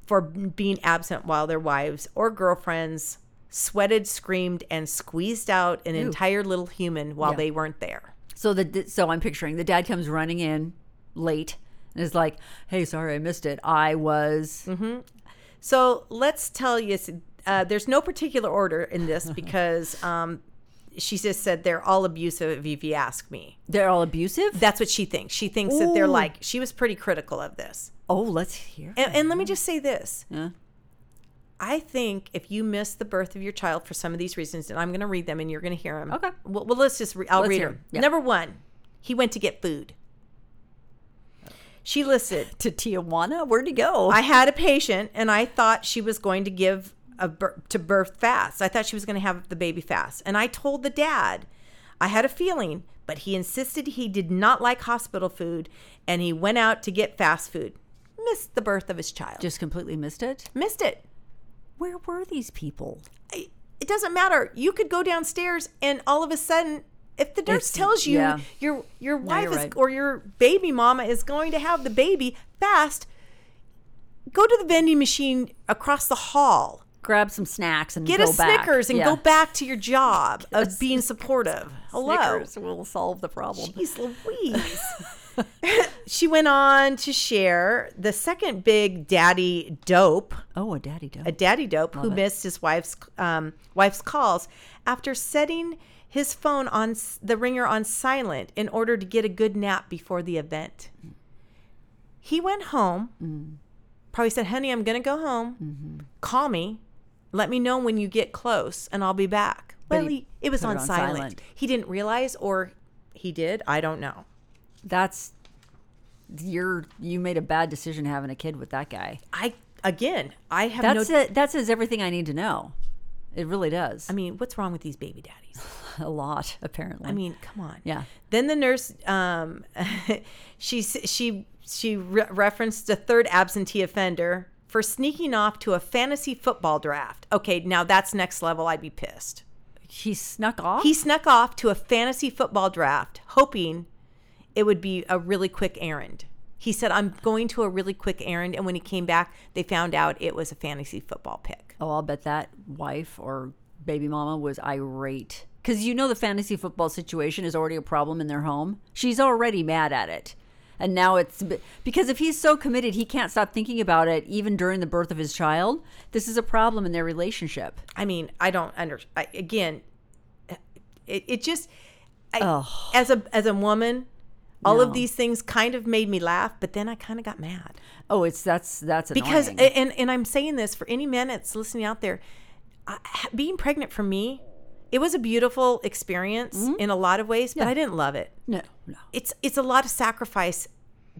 Speaker 3: for being absent while their wives or girlfriends sweated, screamed, and squeezed out an entire little human while
Speaker 2: Yeah.
Speaker 3: they weren't there.
Speaker 2: So the so I'm picturing the dad comes running in late and is like, "Hey, sorry, I missed it. I was
Speaker 3: Mm-hmm. So let's tell you, uh, there's no particular order in this because um, she just said they're all abusive. If you ask me,
Speaker 2: they're all abusive."
Speaker 3: that's what she thinks. She thinks that they're
Speaker 2: Ooh.
Speaker 3: like she was pretty critical of this.
Speaker 2: oh, let's hear.
Speaker 3: And, and let me just say this.
Speaker 2: Mm-hmm. Yeah.
Speaker 3: I think if you miss the birth of your child for some of these reasons, and I'm going to read them and you're going to hear them.
Speaker 2: Okay.
Speaker 3: Well, well let's just, re- I'll
Speaker 2: Let's
Speaker 3: read
Speaker 2: hear
Speaker 3: them.
Speaker 2: 'em. Yeah.
Speaker 3: Number one, he went to get food. She listed,
Speaker 2: to Tijuana? Where'd he go?
Speaker 3: I had a patient and I thought she was going to give a bir- to birth fast. I thought she was going to have the baby fast. And I told the dad, I had a feeling, but he insisted he did not like hospital food and he went out to get fast food. Missed the birth of his child.
Speaker 2: just completely missed it.
Speaker 3: missed it.
Speaker 2: Where were these people?
Speaker 3: I- it doesn't matter. You could go downstairs and all of a sudden if the nurse
Speaker 2: It's-
Speaker 3: tells you
Speaker 2: yeah.
Speaker 3: your your wife
Speaker 2: you're
Speaker 3: is
Speaker 2: right.
Speaker 3: or your baby mama is going to have the baby fast, go to the vending machine across the hall.
Speaker 2: Grab some snacks and
Speaker 3: Get
Speaker 2: go
Speaker 3: a
Speaker 2: back.
Speaker 3: Snickers and
Speaker 2: Yeah.
Speaker 3: go back to your job of being supportive. Hello.
Speaker 2: Snickers will solve the problem.
Speaker 3: Jeez Louise. she went on to share the second big daddy dope
Speaker 2: Oh, a daddy
Speaker 3: a
Speaker 2: dog.
Speaker 3: daddy dope who
Speaker 2: it.
Speaker 3: missed his wife's um, wife's calls after setting his phone on s- the ringer on silent in order to get a good nap before the event. He went home.
Speaker 2: Mm.
Speaker 3: Probably said, "Honey, I'm gonna go home.
Speaker 2: Mm-hmm.
Speaker 3: Call me. Let me know when you get close, and I'll be back."
Speaker 2: But
Speaker 3: Well,
Speaker 2: he
Speaker 3: he, it was
Speaker 2: put it
Speaker 3: on,
Speaker 2: on
Speaker 3: silent.
Speaker 2: silent.
Speaker 3: He didn't realize, or he did. I don't know.
Speaker 2: That's you're you made a bad decision having a kid with that guy.
Speaker 3: I again, I have
Speaker 2: That's
Speaker 3: no.
Speaker 2: it. that says everything I need to know. It really does.
Speaker 3: I mean, what's wrong with these baby daddies?
Speaker 2: a lot apparently.
Speaker 3: I mean, come on.
Speaker 2: Yeah.
Speaker 3: Then the nurse, um, she s- she she re- referenced the third absentee offender for sneaking off to a fantasy football draft. Okay, now that's next level. I'd be pissed.
Speaker 2: he snuck off.
Speaker 3: He snuck off to a fantasy football draft, hoping it would be a really quick errand. He said, "I'm going to a really quick errand," and when he came back, they found out it was a fantasy football pick.
Speaker 2: Oh, I'll bet that wife or baby mama was irate. Because you know the fantasy football situation is already a problem in their home. She's already mad at it. And now it's because if he's so committed, he can't stop thinking about it even during the birth of his child. This is a problem in their relationship.
Speaker 3: I mean, I don't under. I, again, it, it just I,
Speaker 2: Ugh.
Speaker 3: as a as a woman, all
Speaker 2: No.
Speaker 3: of these things kind of made me laugh, but then I kind of got mad
Speaker 2: Oh, it's that's that's
Speaker 3: because
Speaker 2: annoying.
Speaker 3: and and I'm saying this for any man that's listening out there, I, ha- being pregnant for me, it was a beautiful experience
Speaker 2: Mm-hmm.
Speaker 3: in a lot of ways, but I didn't love it.
Speaker 2: no, no,
Speaker 3: It's it's a lot of sacrifice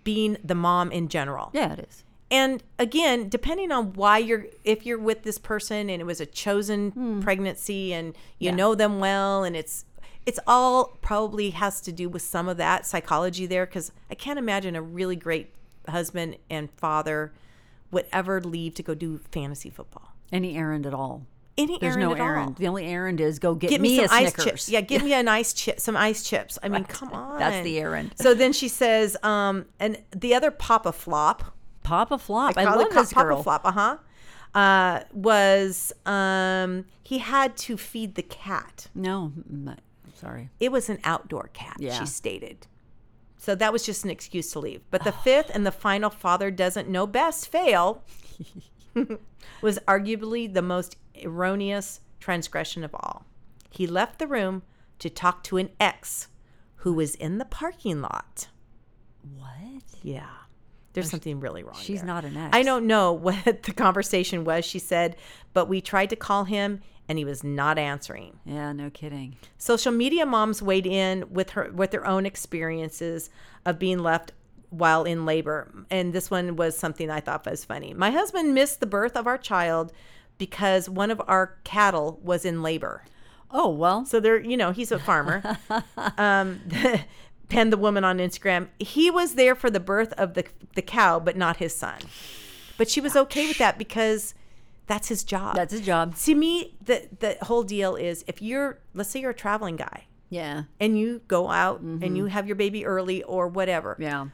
Speaker 3: being the mom in general.
Speaker 2: yeah, it is.
Speaker 3: And again, depending on why you're, if you're with this person and it was a chosen pregnancy and you
Speaker 2: Hmm. Yeah.
Speaker 3: know them well, and it's, it's all probably has to do with some of that psychology there because I can't imagine a really great husband and father would ever leave to go do fantasy football.
Speaker 2: Any errand at all?
Speaker 3: Any
Speaker 2: There's
Speaker 3: errand
Speaker 2: no
Speaker 3: at
Speaker 2: errand.
Speaker 3: all.
Speaker 2: The only errand is go get,
Speaker 3: Get me,
Speaker 2: a
Speaker 3: some ice
Speaker 2: Snickers.
Speaker 3: chips. Yeah, give me an ice chip, some ice chips. I mean, come on.
Speaker 2: That's the errand.
Speaker 3: So then she says, um, and the other Papa Flop,
Speaker 2: Pop a flop. I,
Speaker 3: Call
Speaker 2: love
Speaker 3: it
Speaker 2: this
Speaker 3: Pop- Papa
Speaker 2: girl.
Speaker 3: Flop, uh-huh. Uh was um he had to feed the cat.
Speaker 2: No, mm, I- I'm sorry.
Speaker 3: It was an outdoor cat,
Speaker 2: Yeah.
Speaker 3: she stated. So that was just an excuse to leave. But the fifth and the final father doesn't know best fail was arguably the most erroneous transgression of all. He left the room to talk to an ex who was in the parking lot.
Speaker 2: What?
Speaker 3: Yeah. There's something really wrong.
Speaker 2: She's
Speaker 3: there.
Speaker 2: not an ex.
Speaker 3: I don't know what the conversation was, she said, but we tried to call him and he was not answering.
Speaker 2: Yeah, no kidding.
Speaker 3: Social media moms weighed in with her with their own experiences of being left while in labor. And this one was something I thought was funny. My husband missed the birth of our child because one of our cattle was in labor.
Speaker 2: Oh well.
Speaker 3: So they're, you know, he's a farmer. um, and the woman on Instagram, he was there for the birth of the the cow, but not his son. But she was okay with that because that's his job.
Speaker 2: That's his job.
Speaker 3: To me, the the whole deal is if you're, let's say you're a traveling guy
Speaker 2: Yeah.
Speaker 3: and you go out and you have your baby early or whatever.
Speaker 2: Mm-hmm. Yeah.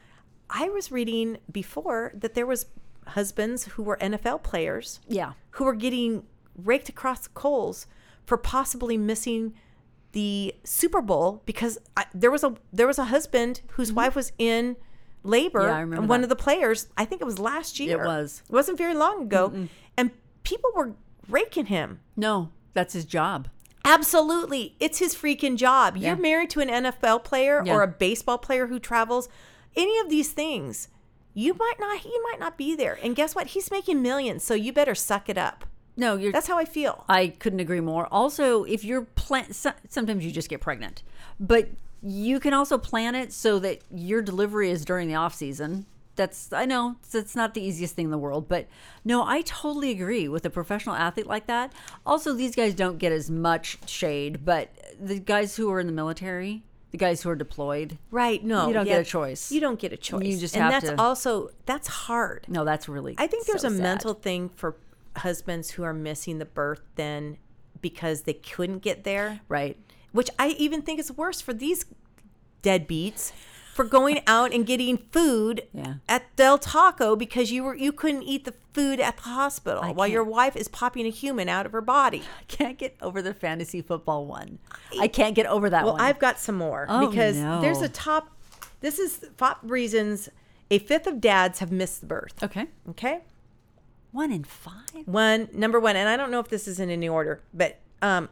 Speaker 3: I was reading before that there was husbands who were NFL players
Speaker 2: Yeah.
Speaker 3: who were getting raked across the coals for possibly missing the Super Bowl because I, there was a there was a husband whose wife was in labor
Speaker 2: Yeah, I remember
Speaker 3: and one
Speaker 2: that.
Speaker 3: of the players I think it was last year
Speaker 2: was.
Speaker 3: it wasn't very long ago and people were raking him
Speaker 2: No, that's his job.
Speaker 3: absolutely it's his freaking job
Speaker 2: Yeah.
Speaker 3: you're married to an NFL player
Speaker 2: Yeah.
Speaker 3: or a baseball player who travels any of these things you might not he might not be there and guess what he's making millions so you better suck it up
Speaker 2: No, you're.
Speaker 3: that's how I feel
Speaker 2: I couldn't agree more. Also, if you're plan, so- sometimes you just get pregnant, but you can also plan it so that your delivery is during the off season. That's I know it's, it's not the easiest thing in the world, but no, I totally agree with a professional athlete like that. Also, these guys don't get as much shade, but the guys who are in the military, the guys who are deployed,
Speaker 3: Right. No.
Speaker 2: You don't get
Speaker 3: Oh, yeah.
Speaker 2: a choice.
Speaker 3: You don't get a choice.
Speaker 2: You just
Speaker 3: and
Speaker 2: have
Speaker 3: that's
Speaker 2: to-
Speaker 3: also that's hard.
Speaker 2: no, that's really.
Speaker 3: I think there's
Speaker 2: so
Speaker 3: a
Speaker 2: sad.
Speaker 3: mental thing for husbands who are missing the birth then because they couldn't get there,
Speaker 2: right.
Speaker 3: which I even think is worse for these deadbeats for going out and getting food
Speaker 2: Yeah.
Speaker 3: at Del Taco because you were you couldn't eat the food at the hospital while your
Speaker 2: can't-
Speaker 3: wife is popping a human out of her body.
Speaker 2: Can't get over the fantasy football one. I can't get over that
Speaker 3: Well,
Speaker 2: one.
Speaker 3: I've got some more
Speaker 2: Oh,
Speaker 3: because there's
Speaker 2: no.
Speaker 3: a top. This is top reasons a fifth of dads have missed the birth.
Speaker 2: okay.
Speaker 3: Okay,
Speaker 2: One in five.
Speaker 3: one number one, and I don't know if this is in any order, but um,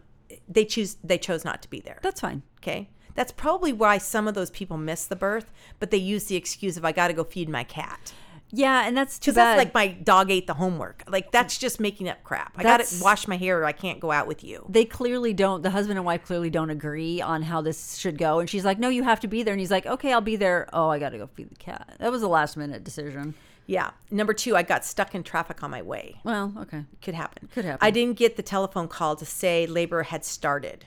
Speaker 3: they choose they chose not to be there.
Speaker 2: That's fine.
Speaker 3: Okay, that's probably why some of those people miss the birth, but they use the excuse of I got to go feed my cat.
Speaker 2: Yeah, and that's too
Speaker 3: Because
Speaker 2: bad.
Speaker 3: that's like my dog ate the homework. Like that's just making up crap. I got
Speaker 2: That's-
Speaker 3: to wash my hair. or I can't go out with you.
Speaker 2: they clearly don't. The husband and wife clearly don't agree on how this should go, and she's like, "No, you have to be there," and he's like, "Okay, I'll be there." Oh, I got to go feed the cat. That was a last minute decision.
Speaker 3: Yeah. Number two, I got stuck in traffic on my way.
Speaker 2: Well, okay,
Speaker 3: could happen.
Speaker 2: Could happen.
Speaker 3: I didn't get the telephone call to say labor had started.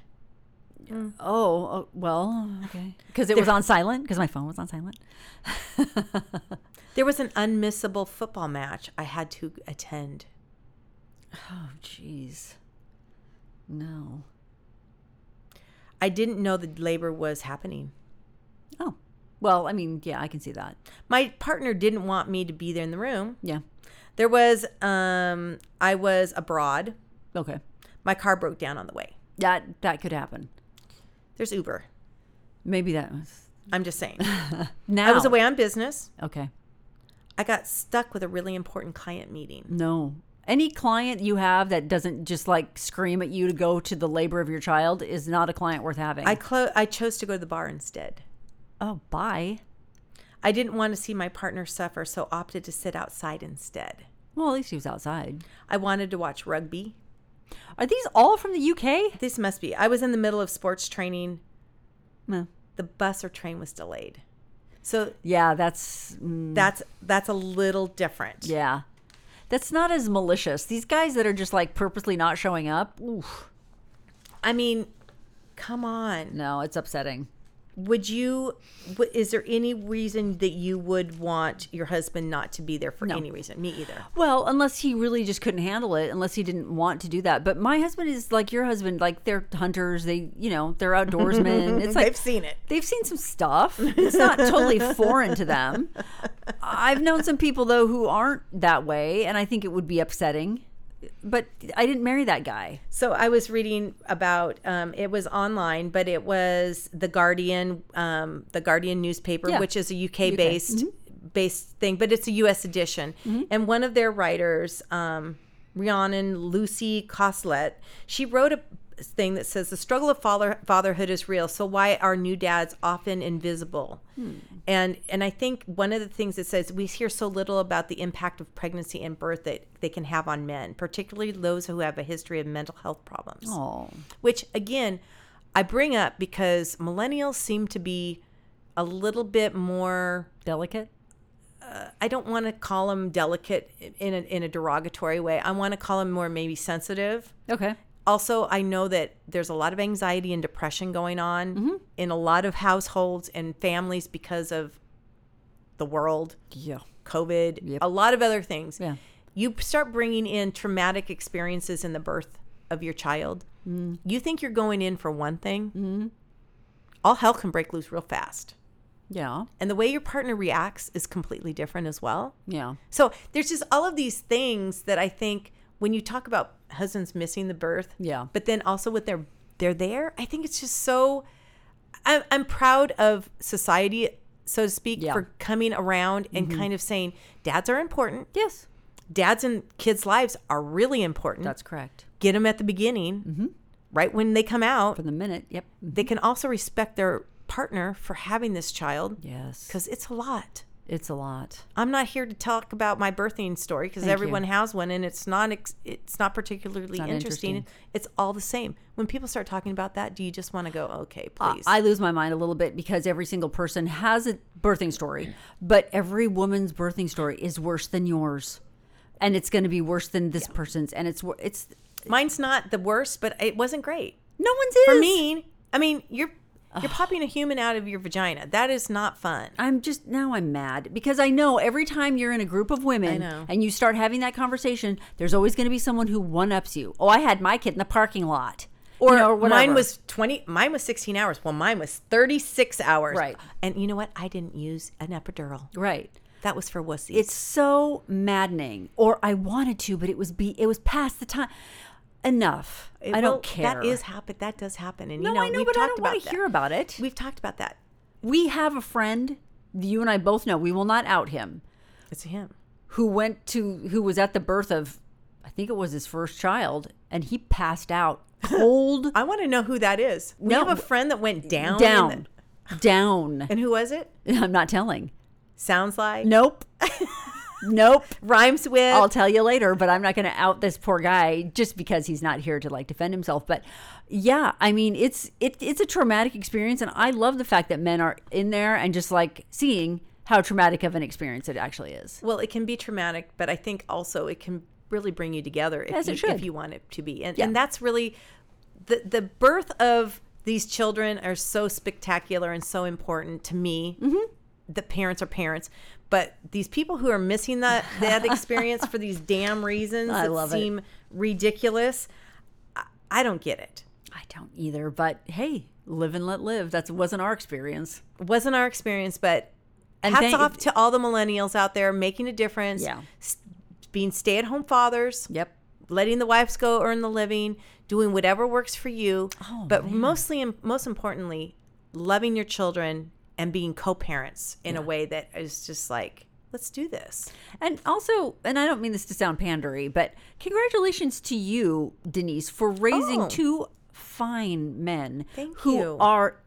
Speaker 2: Oh, oh, well, okay. Because it was on silent, because my phone was on silent.
Speaker 3: There was an unmissable football match I had to attend.
Speaker 2: Oh, jeez. No.
Speaker 3: I didn't know the labor was happening.
Speaker 2: Oh, well, I mean, yeah, I can see that.
Speaker 3: My partner didn't want me to be there in the room.
Speaker 2: Yeah.
Speaker 3: There was um I was abroad.
Speaker 2: Okay.
Speaker 3: My car broke down on the way.
Speaker 2: That that could happen.
Speaker 3: There's Uber.
Speaker 2: Maybe that was
Speaker 3: I'm just saying.
Speaker 2: Now
Speaker 3: I was away on business.
Speaker 2: Okay.
Speaker 3: I got stuck with a really important client meeting.
Speaker 2: No. Any client you have that doesn't just like scream at you to go to the labor of your child is not a client worth having.
Speaker 3: I clo- I chose to go to the bar instead.
Speaker 2: oh, bye.
Speaker 3: I didn't want to see my partner suffer, so opted to sit outside instead.
Speaker 2: Well, at least he was outside.
Speaker 3: I wanted to watch rugby.
Speaker 2: Are these all from the UK?
Speaker 3: This must be. I was in the middle of sports training.
Speaker 2: No.
Speaker 3: The bus or train was delayed. So
Speaker 2: Yeah, that's mm,
Speaker 3: that's that's a little different.
Speaker 2: yeah. That's not as malicious. These guys that are just like purposely not showing up. Oof.
Speaker 3: I mean, come on.
Speaker 2: No, it's upsetting.
Speaker 3: Would you w- is there any reason that you would want your husband not to be there for
Speaker 2: No.
Speaker 3: any reason? Me either.
Speaker 2: Well, unless he really just couldn't handle it, unless he didn't want to do that. But my husband is like your husband, like they're hunters, they, you know, they're outdoorsmen. It's like
Speaker 3: They've seen it.
Speaker 2: they've seen some stuff. It's not totally foreign to them. I've known some people though who aren't that way, and I think it would be upsetting. But I didn't marry that guy.
Speaker 3: So I was reading about um, it was online, but it was the Guardian, um, the Guardian newspaper,
Speaker 2: Yeah.
Speaker 3: which is a UK, based based thing, but it's a US edition. And one of their writers, um, Rhiannon Lucy Coslet, she wrote a thing that says the struggle of father- fatherhood is real. So why are new dads often invisible? And and I think one of the things it says we hear so little about the impact of pregnancy and birth that they can have on men, particularly those who have a history of mental health problems.
Speaker 2: Oh,
Speaker 3: Which again, I bring up because millennials seem to be a little bit more
Speaker 2: delicate.
Speaker 3: I don't want to call them delicate in a, in a derogatory way. I want to call them more maybe sensitive.
Speaker 2: Okay.
Speaker 3: Also, I know that there's a lot of anxiety and depression going on
Speaker 2: Mm-hmm.
Speaker 3: in a lot of households and families because of the world,
Speaker 2: Yeah.
Speaker 3: COVID,
Speaker 2: Yep.
Speaker 3: a lot of other things.
Speaker 2: Yeah.
Speaker 3: You start bringing in traumatic experiences in the birth of your child.
Speaker 2: Mm.
Speaker 3: You think you're going in for one thing,
Speaker 2: Mm-hmm.
Speaker 3: all hell can break loose real fast.
Speaker 2: Yeah.
Speaker 3: And the way your partner reacts is completely different as well.
Speaker 2: Yeah.
Speaker 3: So there's just all of these things that I think when you talk about husbands missing the birth,
Speaker 2: Yeah.
Speaker 3: but then also with their they're there. I think it's just so. I'm I'm proud of society, so to speak,
Speaker 2: Yeah. Mm-hmm.
Speaker 3: for coming around and kind of saying dads are important.
Speaker 2: Yes,
Speaker 3: Dads and kids' lives are really important.
Speaker 2: that's correct.
Speaker 3: Get them at the beginning,
Speaker 2: Mm-hmm.
Speaker 3: right when they come out.
Speaker 2: From the minute. Yep.
Speaker 3: They can also respect their partner for having this child
Speaker 2: Yes.
Speaker 3: because it's a lot.
Speaker 2: it's a lot.
Speaker 3: I'm not here to talk about my birthing story because
Speaker 2: Thank you.
Speaker 3: everyone has one, and it's not ex- it's not particularly
Speaker 2: not
Speaker 3: interesting.
Speaker 2: interesting.
Speaker 3: It's all the same. When people start talking about that, do you just want to go, okay,
Speaker 2: I-
Speaker 3: please?
Speaker 2: Uh, I lose my mind a little bit because every single person has a birthing story, but every woman's birthing story is worse than yours, and it's going to be worse than this person's, and it's wor- it's
Speaker 3: Mine's not the worst, but it wasn't great
Speaker 2: no one's is
Speaker 3: for me. I mean, you're you're popping a human out of your vagina. That is not fun.
Speaker 2: I'm just now I'm mad because I know every time you're in a group of women
Speaker 3: I know.
Speaker 2: and you start having that conversation, there's always going to be someone who one ups you. Oh, I had my kid in the parking lot, or, you know, or whatever.
Speaker 3: Mine was 20, mine was 16 hours. Well, mine was 36 hours.
Speaker 2: Right.
Speaker 3: And you know what? I didn't use an epidural.
Speaker 2: right.
Speaker 3: That was for wussies.
Speaker 2: It's so maddening. Or I wanted to, but it was be it was past the time. Enough.
Speaker 3: It
Speaker 2: I
Speaker 3: will-
Speaker 2: don't care.
Speaker 3: Eh, That is happen. That does happen. And
Speaker 2: no,
Speaker 3: you know,
Speaker 2: I know,
Speaker 3: we've
Speaker 2: but I
Speaker 3: talked
Speaker 2: don't
Speaker 3: about
Speaker 2: want to
Speaker 3: that.
Speaker 2: hear about it.
Speaker 3: We've talked about that.
Speaker 2: We have a friend. You and I both know. We will not out him.
Speaker 3: It's him.
Speaker 2: who went to who was at the birth of I think it was his first child and he passed out cold
Speaker 3: I want to know who that is. We
Speaker 2: No,
Speaker 3: have a friend that went down. in the-
Speaker 2: down down
Speaker 3: and who was it?
Speaker 2: I'm not telling
Speaker 3: Sounds like.
Speaker 2: nope nope
Speaker 3: Rhymes with.
Speaker 2: I'll tell you later but I'm not going to out this poor guy just because he's not here to like defend himself but yeah I mean it's it, it's a traumatic experience and I love the fact that men are in there and just like seeing how traumatic of an experience it actually is
Speaker 3: well, it can be traumatic, but I think also it can really bring you together if,
Speaker 2: Yes, it
Speaker 3: you,
Speaker 2: should.
Speaker 3: if you want it to be. And,
Speaker 2: Yeah.
Speaker 3: and that's really the, the birth of these children are so spectacular and so important to me.
Speaker 2: Mm-hmm.
Speaker 3: The parents are parents. But these people who are missing that, that experience for these damn reasons
Speaker 2: I
Speaker 3: that
Speaker 2: love it.
Speaker 3: seem ridiculous, I, I don't get it.
Speaker 2: I don't either but hey live and let live that wasn't our experience
Speaker 3: wasn't our experience, but
Speaker 2: And
Speaker 3: hats
Speaker 2: thank-
Speaker 3: off to all the millennials out there making a difference.
Speaker 2: Yeah.
Speaker 3: s- being stay-at-home fathers,
Speaker 2: yep
Speaker 3: letting the wives go earn the living, doing whatever works for you,
Speaker 2: Oh,
Speaker 3: but mostly and most importantly, loving your children and being co-parents in a way that is just like let's do this
Speaker 2: And also, and I don't mean this to sound pandery, but congratulations to you, Denise, for raising
Speaker 3: Oh.
Speaker 2: two fine men
Speaker 3: Thank
Speaker 2: who
Speaker 3: you.
Speaker 2: are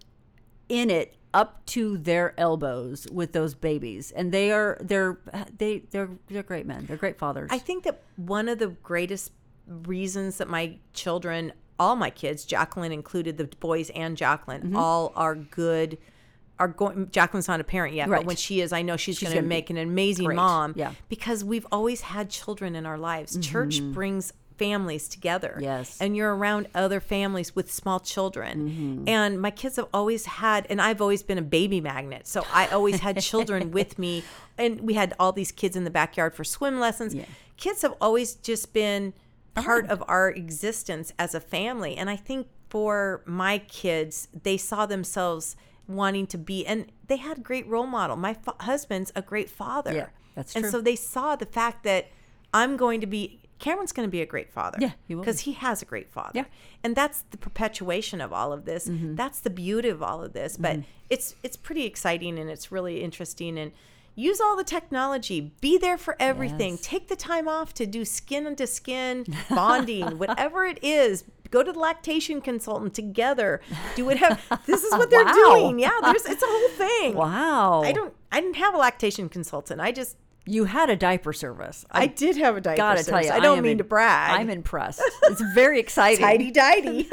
Speaker 2: in it up to their elbows with those babies. And they are they're they they're they're great men. They're great fathers.
Speaker 3: I think that one of the greatest reasons that my children, all my kids, Jacqueline included, the boys and Jacqueline,
Speaker 2: Mm-hmm.
Speaker 3: all are good. Are going. Jacqueline's not a parent yet,
Speaker 2: Right.
Speaker 3: but when she is, I know she's, going
Speaker 2: gonna
Speaker 3: to
Speaker 2: be
Speaker 3: make an amazing
Speaker 2: great.
Speaker 3: mom.
Speaker 2: Yeah. Mm-hmm.
Speaker 3: because we've always had children in our lives. Church brings families together.
Speaker 2: Yes.
Speaker 3: and you're around other families with small children.
Speaker 2: Mm-hmm.
Speaker 3: And my kids have always had, and I've always been a baby magnet, so I always had children with me. And we had all these kids in the backyard for swim lessons
Speaker 2: Yeah. Oh.
Speaker 3: kids have always just been part of our existence as a family and i think for my kids they saw themselves wanting to be and they had great role model my fa- husband's a great father
Speaker 2: Yeah, that's
Speaker 3: and
Speaker 2: true.
Speaker 3: so they saw the fact that i'm going to be cameron's going to be a great father
Speaker 2: Yeah, he will
Speaker 3: because he has a great father
Speaker 2: Yeah. Mm-hmm.
Speaker 3: and that's the perpetuation of all of this that's the beauty of all of this but it's it's pretty exciting and it's really interesting and use all the technology be there for everything
Speaker 2: Yes.
Speaker 3: take the time off to do skin to skin bonding whatever it is go to the lactation consultant together do whatever this is what they're
Speaker 2: Wow.
Speaker 3: doing yeah there's it's a whole thing
Speaker 2: wow.
Speaker 3: i don't i didn't have a lactation consultant i just
Speaker 2: you had a diaper service. I
Speaker 3: i, did have a diaper
Speaker 2: gotta tell
Speaker 3: service.
Speaker 2: you.
Speaker 3: i don't
Speaker 2: am
Speaker 3: mean
Speaker 2: in-
Speaker 3: to brag
Speaker 2: I'm impressed. It's very exciting.
Speaker 3: tidy dighty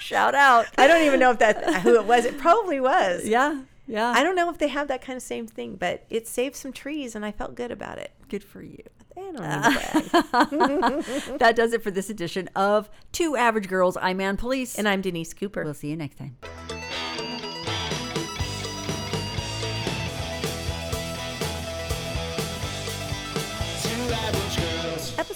Speaker 2: Shout out.
Speaker 3: I don't even know if that who it was. It probably was.
Speaker 2: Yeah. Yeah.
Speaker 3: I don't know if they have that kind of same thing, but it saved some trees, and I felt good about it.
Speaker 2: good for you.
Speaker 3: I don't need to brag.
Speaker 2: That does it for this edition of Two Average Girls. I'm Ann Police.
Speaker 3: And I'm Denise Cooper.
Speaker 2: We'll see you next time.
Speaker 1: Two average girls.